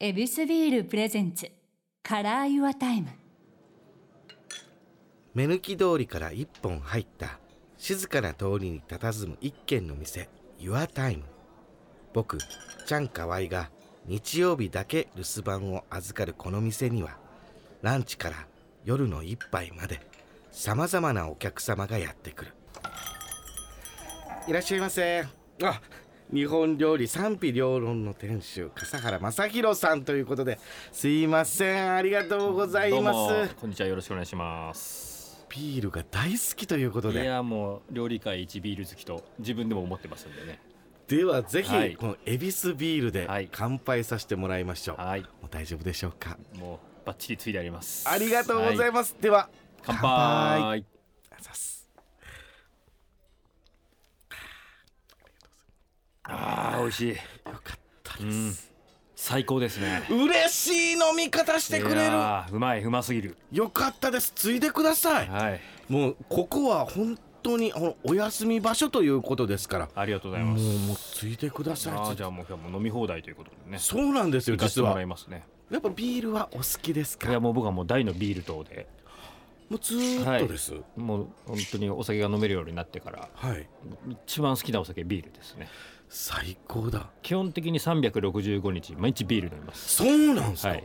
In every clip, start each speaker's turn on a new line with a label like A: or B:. A: エビスビールプレゼンツカラーユアタイム
B: 目抜き通りから一本入った静かな通りに佇む一軒の店 YourTime 僕ちゃんかわいが日曜日だけ留守番を預かるこの店にはランチから夜の一杯までさまざまなお客様がやってくるいらっしゃいませあ日本料理賛否両論の店主笠原正弘さんということですいませんありがとうござい
C: どう
B: ま
C: も
B: す
C: こんにちはよろしくお願いします
B: ビールが大好きということ
C: い
B: で
C: やもう料理界一ビール好きと自分でも思ってますんでね
B: ではぜひ、
C: はい
B: この恵比寿ビールで
C: はい
B: 乾杯させてもらいましょう、
C: はい
B: もう大丈夫でしょうか
C: もうバッチリついてあります
B: ありがとうござい
C: は
B: ます、では
C: 乾杯
B: あざっす
C: あー美味しい
B: よかったです、
C: 最高ですね
B: 嬉しい飲み方してく
C: い
B: れる
C: やーうまいうますぎる
B: よかったですついでください
C: はい
B: もうここは本当にあのお休み場所ということですから
C: ありがとうござい
B: も
C: ます
B: うもうついてくだ
C: あ
B: さ
C: ー
B: い
C: じゃあもう今日も飲み放題ということでね
B: そうなんですよ
C: 行かせて
B: 実
C: も
B: は
C: らいますね
B: やっぱビールはお好きです
C: いや
B: かも
C: もう僕はもう大のビール党で
B: うずーっとです
C: もう本当にお酒が飲めるようになってから
B: はい、
C: 一番好きなお酒ビールですね
B: 最高だ
C: 基本的に365日毎日ビール飲みます
B: そうなんですか、
C: はい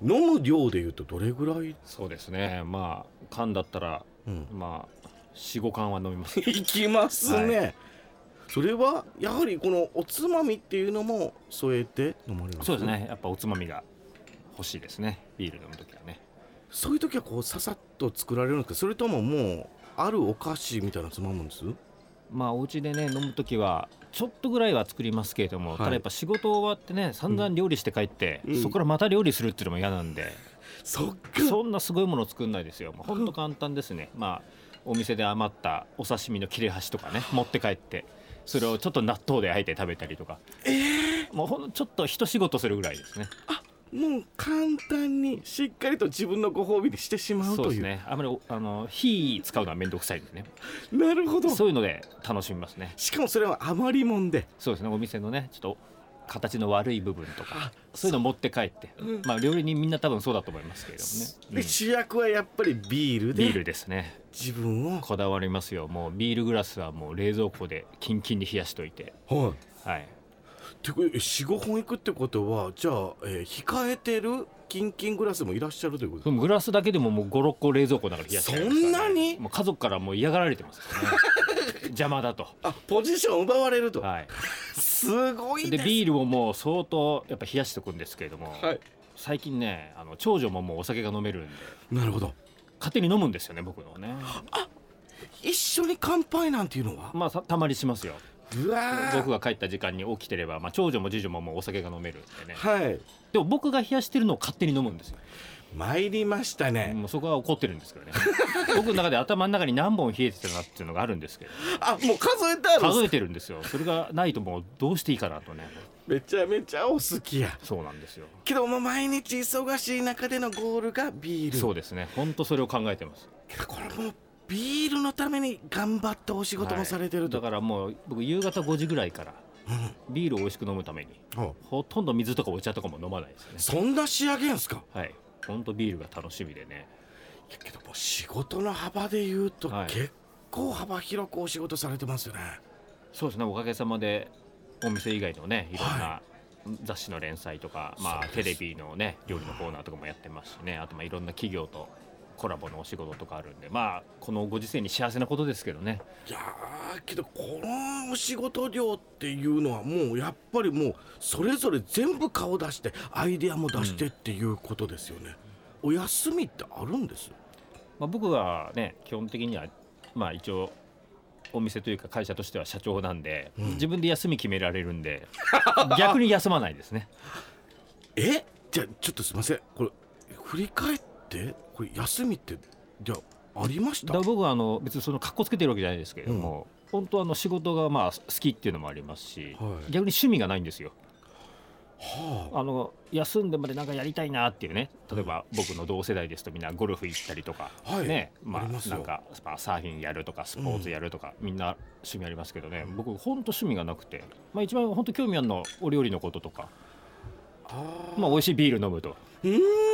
B: 飲む量でいうとどれぐらい、
C: そうですねまあ缶だったら
B: うん、
C: まあ45缶は飲みます
B: いきますね、
C: は
B: それはやはりこのおつまみっていうのも添えて飲まれる
C: そうですねやっぱおつまみが欲しいですねビール飲む時はね
B: そういう時はこうささっと作られるんですかそれとももうあるお菓子みたいなのつまむんです
C: まあお家でね飲む時はちょっとぐらいは作りますけれども、
B: はい
C: ただやっぱ仕事終わってね散々料理して帰って、
B: うん
C: そこからまた料理するっていうのも嫌なん で、
B: そっか
C: そんなすごいもの作んないですよもうほんと簡単ですねまあお店で余ったお刺身の切れ端とかね持って帰ってそれをちょっと納豆であえて食べたりとか、もうほんのちょっと一仕事するぐらいですね
B: もう簡単にしっかりと自分のご褒美にしてしまう
C: そう
B: と
C: で
B: い
C: す
B: う
C: ねあまりおあの火使うのは面倒くさいんでね
B: なるほど
C: そういうので楽しみますね
B: しかもそれは余りもんで
C: そうですねお店のねちょっと形の悪い部分とか
B: あ
C: そういうの持って帰って、
B: うん
C: まあ料理人みんな多分そうだと思いますけれどもね、
B: で主役はやっぱりビー
C: う
B: ル
C: ん、ビー
B: で
C: ルですね
B: 自分を
C: こだわりますよもうビールグラスはもう冷蔵庫でキンキンに冷やしといて
B: はい
C: はい
B: てこ45本いくってことはじゃあ、えー控えてるキンキングラスもいらっしゃるということ
C: でもグラスだけでももう56個冷蔵庫の中で冷やしてありますから
B: そんなに
C: もう家族からもう嫌がられてます からね邪魔だと
B: あポジション奪われると、
C: はい
B: すごい
C: で
B: です
C: ビールをもう相当やっぱ冷やしておくんですけれども、
B: はい
C: 最近ねあの長女ももうお酒が飲めるんで
B: なるほど
C: 勝手に飲むんですよね僕のをね
B: 一緒に乾杯なんていうのは
C: まあたたまにしますよ
B: うわー
C: 僕が帰った時間に起きてれば、まあ、長女も次女ももうお酒が飲めるんでね
B: はい
C: でも僕が冷やしてるのを勝手に飲むんですよ
B: 参りましたね、
C: もうそこは怒ってるんですけどね 僕の中で頭の中に何本冷えてたなっていうのがあるんです けど
B: あもう数えたあるんです
C: 数えてるんですよそれがないともうどうしていいかなとね
B: めちゃめちゃお好きや
C: そうなんですよ
B: けどもう毎日忙しい中でのゴールがビール
C: そうですね本当それを考えてます
B: これもうビールのために頑張ってお仕事もされてると、
C: だからもう僕夕方5時ぐらいから
B: うん
C: ビールを美味しく飲むために
B: あ
C: ほとんど水とかお茶とかも飲まないですね
B: そんな仕上げんすか
C: はい本当ビールが楽しみでね
B: いやけどもう仕事の幅で言うと、
C: はい
B: 結構幅広くお仕事されてますよね
C: そうですねおかげさまでお店以外のねいろんな
B: は
C: 雑誌の連載とか、まあ
B: そう
C: テ
B: で
C: レ
B: す
C: ビのね料理のコーナーとかもやってますしねあとまあいろんな企業とコラボのお仕事とかあるんでまあこのご時世に幸せなことですけどね
B: いやーけどこのお仕事量っていうのはもうやっぱりもうそれぞれ全部顔出してアイデアも出してっていうことですよね、お休みってあるんです
C: まあ、僕はね基本的にはまあ一応お店というか会社としては社長なんで、
B: うん
C: 自分で休み決められるんで逆に休まないですね
B: えじゃあちょっとすいませんこれ振り返ってこれ休みってじゃあありまし
C: だ
B: た
C: から僕はあの別にその格好つけてるわけじゃないですけれども、本当あの仕事がまあ好きっていうのもありますし、
B: はい
C: 逆に趣味がないんですよ
B: はあ
C: あの休んでまでなんかやりたいなっていうね例えば僕の同世代ですとみんなゴルフ行ったりとか、
B: はい
C: ね
B: あ
C: ま
B: りま
C: あ、
B: す
C: な
B: よ
C: んか、まあ、サーフィンやるとかスポーツやるとか、みんな趣味ありますけどね僕ほんと趣味がなくて、まあ、一番ほんと興味あるのはお料理のこととか
B: あ
C: まあ、美味しいビール飲むと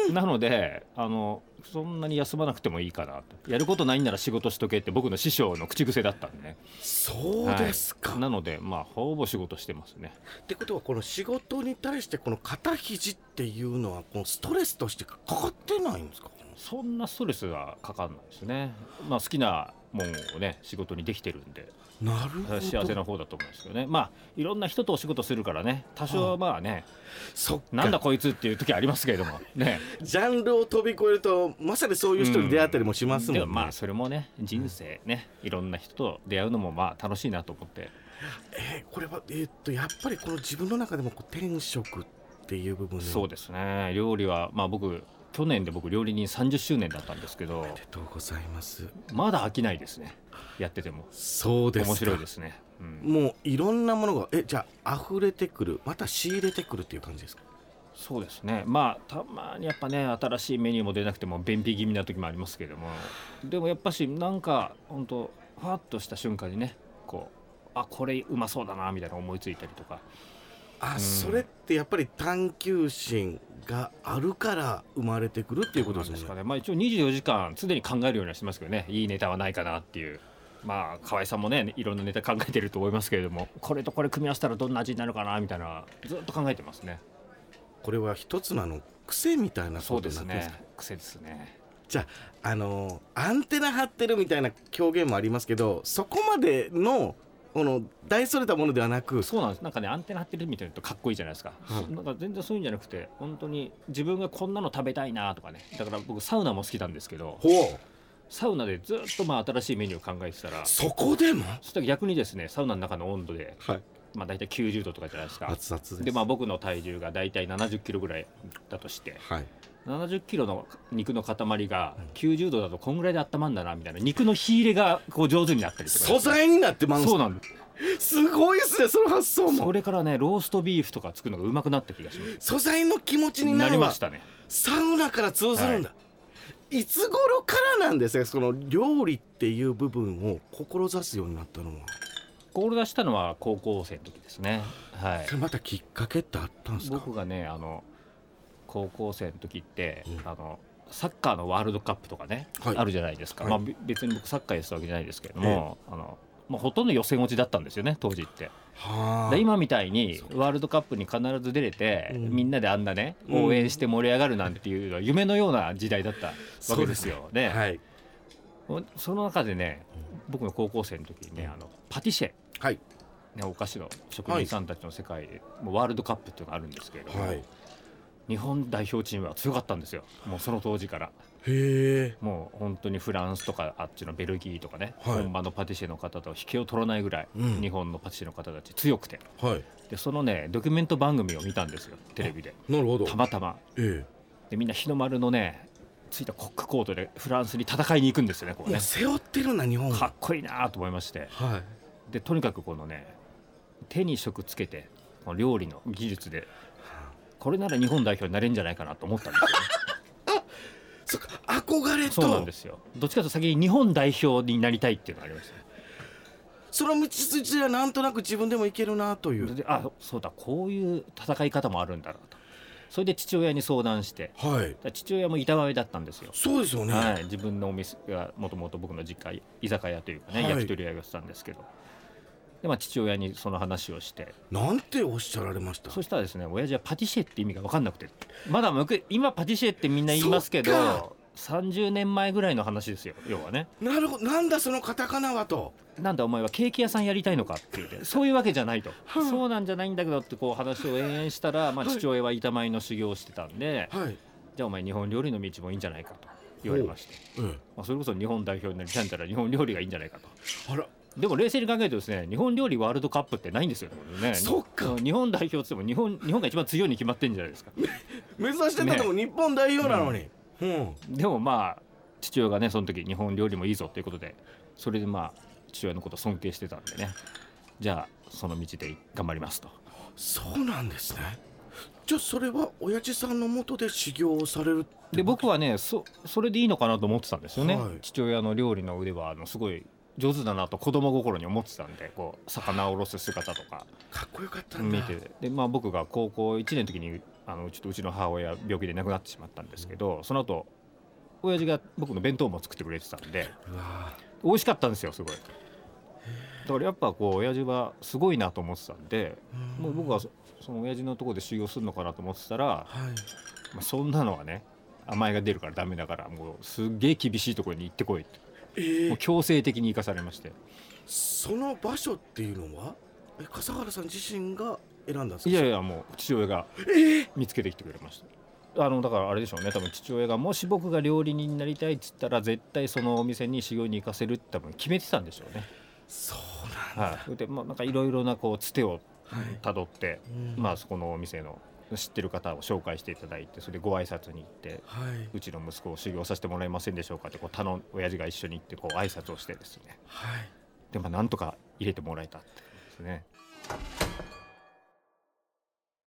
B: う
C: なのであのそんなに休まなくてもいいかなとやることないんなら仕事しとけって僕の師匠の口癖だったんでね
B: そうですか、
C: はいなのでまあほぼ仕事してますね
B: ってことはこの仕事に対してこの肩肘っていうのはこのストレスとしてかかってないんですか
C: そんなストレスがかかんないですねまあ好きなもんをね仕事にできてるんで
B: なるほど
C: 幸せな方だと思うんですけどねまあいろんな人とお仕事するからね多少はまあね
B: そっか
C: なんだこいつっていう時ありますけ れどもね
B: ジャンルを飛び越えるとまさにそういう人に出会ったりもしますもんね、
C: でもまあそれもね人生ねいろんな人と出会うのもまあ楽しいなと思って
B: えーこれはえーっとやっぱりこの自分の中でもこう転職っていう部分
C: そうですね料理はまあ僕去年で僕料理人30周年だったんですけど
B: ありがとうございます
C: まだ飽きないですねやってても
B: そうですか
C: 面白いですね、うん、
B: もういろんなものがえじゃあ溢れてくるまた仕入れてくるっていう感じですか
C: そうですねまあたまにやっぱね新しいメニューも出なくても便秘気味な時もありますけれどもでもやっぱしなんか本当ふわっとした瞬間にねこうあこれうまそうだなみたいな思いついたりとか
B: あ、
C: うん
B: それってやっぱり探求心があるから生まれてくるっていうこと
C: な
B: です
C: んです
B: よ
C: か
B: ね
C: ね、まあ、一応24時間常に考えるようにはしてますけどねいいネタはないかなっていうまあ河合さんもねいろんなネタ考えてると思いますけれどもこれとこれ組み合わせたらどんな味になるかなみたいなずっと考えてますね
B: これは一つのあの癖みたいな
C: そ
B: こ
C: う
B: と
C: で
B: にな
C: す
B: ってるんです
C: ね
B: か
C: 癖ですね
B: あのアンテナ張ってるみたいな表現もありますけどそこまでのこの大それたものではなく
C: そうなんですなんかねアンテナ張ってるみたいなとかっこいいじゃないですか、
B: はい
C: なんか全然そういうんじゃなくて本当に自分がこんなの食べたいなとかねだから僕サウナも好きなんですけど
B: ほう
C: サウナでずっとまあ新しいメニューを考えてたらそ
B: そこでも
C: したら逆にですねサウナの中の温度で、
B: はい
C: まあ、大体90度とかじゃないですか
B: 熱々です
C: でまあ僕の体重が大体70キロぐらいだとして
B: はい
C: 70キロの肉の塊が90度だとこんぐらいで温まるんだなみたいな肉の火入れがこう上手になったりとか
B: 素材になってまうん
C: そうなんです
B: すごいですねその発想
C: す
B: も
C: それからねローストビーフとか作るのがうまくなった気がします
B: 素材の気持ちにな
C: なり
B: る
C: ま
B: わ
C: したね
B: サウナから通ずるんだ、い、つ頃からなんですかその料理っていう部分を志すようになったのは
C: ゴール出したのは高校生の時ですねはい
B: それまたきっかけってあったんですか
C: 僕がねあの高校生の時って、
B: うん
C: あのサッカーのワールドカップとかね、
B: はい
C: あるじゃないですか、
B: はい
C: まあ、べ別に僕サッカーやってたわけじゃないですけれども、あのまあ、ほとんど予選落ちだったんですよね当時って
B: はあ
C: で今みたいに
B: そう
C: ワールドカップに必ず出れて、
B: うん
C: みんなであんなね
B: うん
C: 応援して盛り上がるなんていうのは夢のような時代だったわけですよ。ね
B: はい
C: その中でね僕の高校生の時にねあのパティシエ、
B: はい
C: ね、お菓子の職人さんたちの世界で、もうワールドカップっていうのがあるんですけれども、
B: はいへ
C: 日本代表チームは強かったんですよもうその当時から
B: え
C: もう本当にフランスとかあっちのベルギーとかね、
B: はい
C: 本場のパティシエの方と引けを取らないぐらい、
B: うん
C: 日本のパティシエの方たち強くて
B: はい
C: でそのねドキュメント番組を見たんですよテレビで
B: なるほど
C: たまたま
B: え
C: でみんな日の丸のねついたコックコートでフランスに戦いに行くんですよねこ
B: え
C: う
B: も
C: ね
B: う背負ってるな日本
C: か
B: は
C: っこいいなと思いまして
B: はい
C: でとにかくこのね手に職つけてこの料理の技術でこれなら日本代表になれるんじゃないかなと思ったん ですよね、
B: そっか憧れと
C: そうなんですよどっちかというと先に日本代表になりたいっていうのがありましたね
B: その道筋はなんとなく自分でもいけるなという
C: であそうだこういう戦い方もあるんだなとそれで父親に相談して
B: はい
C: だ父親も板前だったんですよ
B: そうですよね、
C: はい、自分のお店がもともと僕の実家居酒屋というかね、
B: はい
C: 焼き鳥屋をやってたんですけどで、まあ、父親にその話をして
B: なんておっしゃられました
C: そしたらですね親父はパティシエって意味が分かんなくてまだ僕今パティシエってみんな言いますけ
B: そっか
C: ど30年前ぐらいの話ですよ要はね
B: なるほどなんだそのカタカナはと
C: なんだお前はケーキ屋さんやりたいのかって 言ってそういうわけじゃないと
B: い
C: そうなんじゃないんだけどってこう話を延々したら、まあ、
B: はい
C: 父親は板前の修行をしてたんで
B: はい
C: じゃあお前日本料理の道もいいんじゃないかと言われまして、
B: え
C: まあ、それこそ日本代表になりたいんだら日本料理がいいんじゃないかと。
B: え、あら
C: でも冷静に考えるとですね日本料理ワールドカップってないんですよね。
B: そっか
C: 日本代表って言っても日本日本が一番強いに決まってるんじゃないですか。
B: 目指してたのも日本代表なのに、うん
C: でもまあ父親がねその時日本料理もいいぞということでそれでまあ父親のことを尊敬してたんでねじゃあその道で頑張りますと
B: そうなんですねじゃあそれは親父さんのもとで修行をされる
C: で僕はねそそれでいいのかなと思ってたんですよね、
B: はい
C: 父親の料理の腕はあのすごい上手だなと子供心に思ってたんでこう魚をおろす姿とか
B: かっこよかったんだ
C: 見てでまあ僕が高校1年の時にあのちょっとうちの母親病気で亡くなってしまったんですけどその後親父が僕の弁当も作ってくれてたんで
B: うわ
C: 美味しかったんですよすごいだからやっぱこう親父はすごいなと思ってたんで
B: ー
C: もう僕はそその親父のところで修行するのかなと思ってたら、
B: はい
C: まあ、そんなのはね甘えが出るからダメだからもうすっげえ厳しいところに行ってこいって
B: え
C: も
B: ー、
C: う強制的に行かされまして
B: その場所っていうのはえ笠原さん自身が選んだんですか
C: いやいやもう父親が見つけてきてくれましたあのだからあれでしょうね多分父親がもし僕が料理人になりたいっつったら絶対そのお店に修行に行かせるって多分決めてたんでしょうね
B: そうなんだ
C: はいそれでまあなんかいろいろなこうつてを
B: はい
C: たどって、
B: うん
C: まあそこのお店の知ってる方を紹介していただいてそれでご挨拶に行って
B: はい、
C: うちの息子を修行させてもらえませんでしょうかってこう頼ん親父が一緒に行ってこう挨拶をしてですね
B: はい、
C: でまあなんとか入れてもらえたってことですね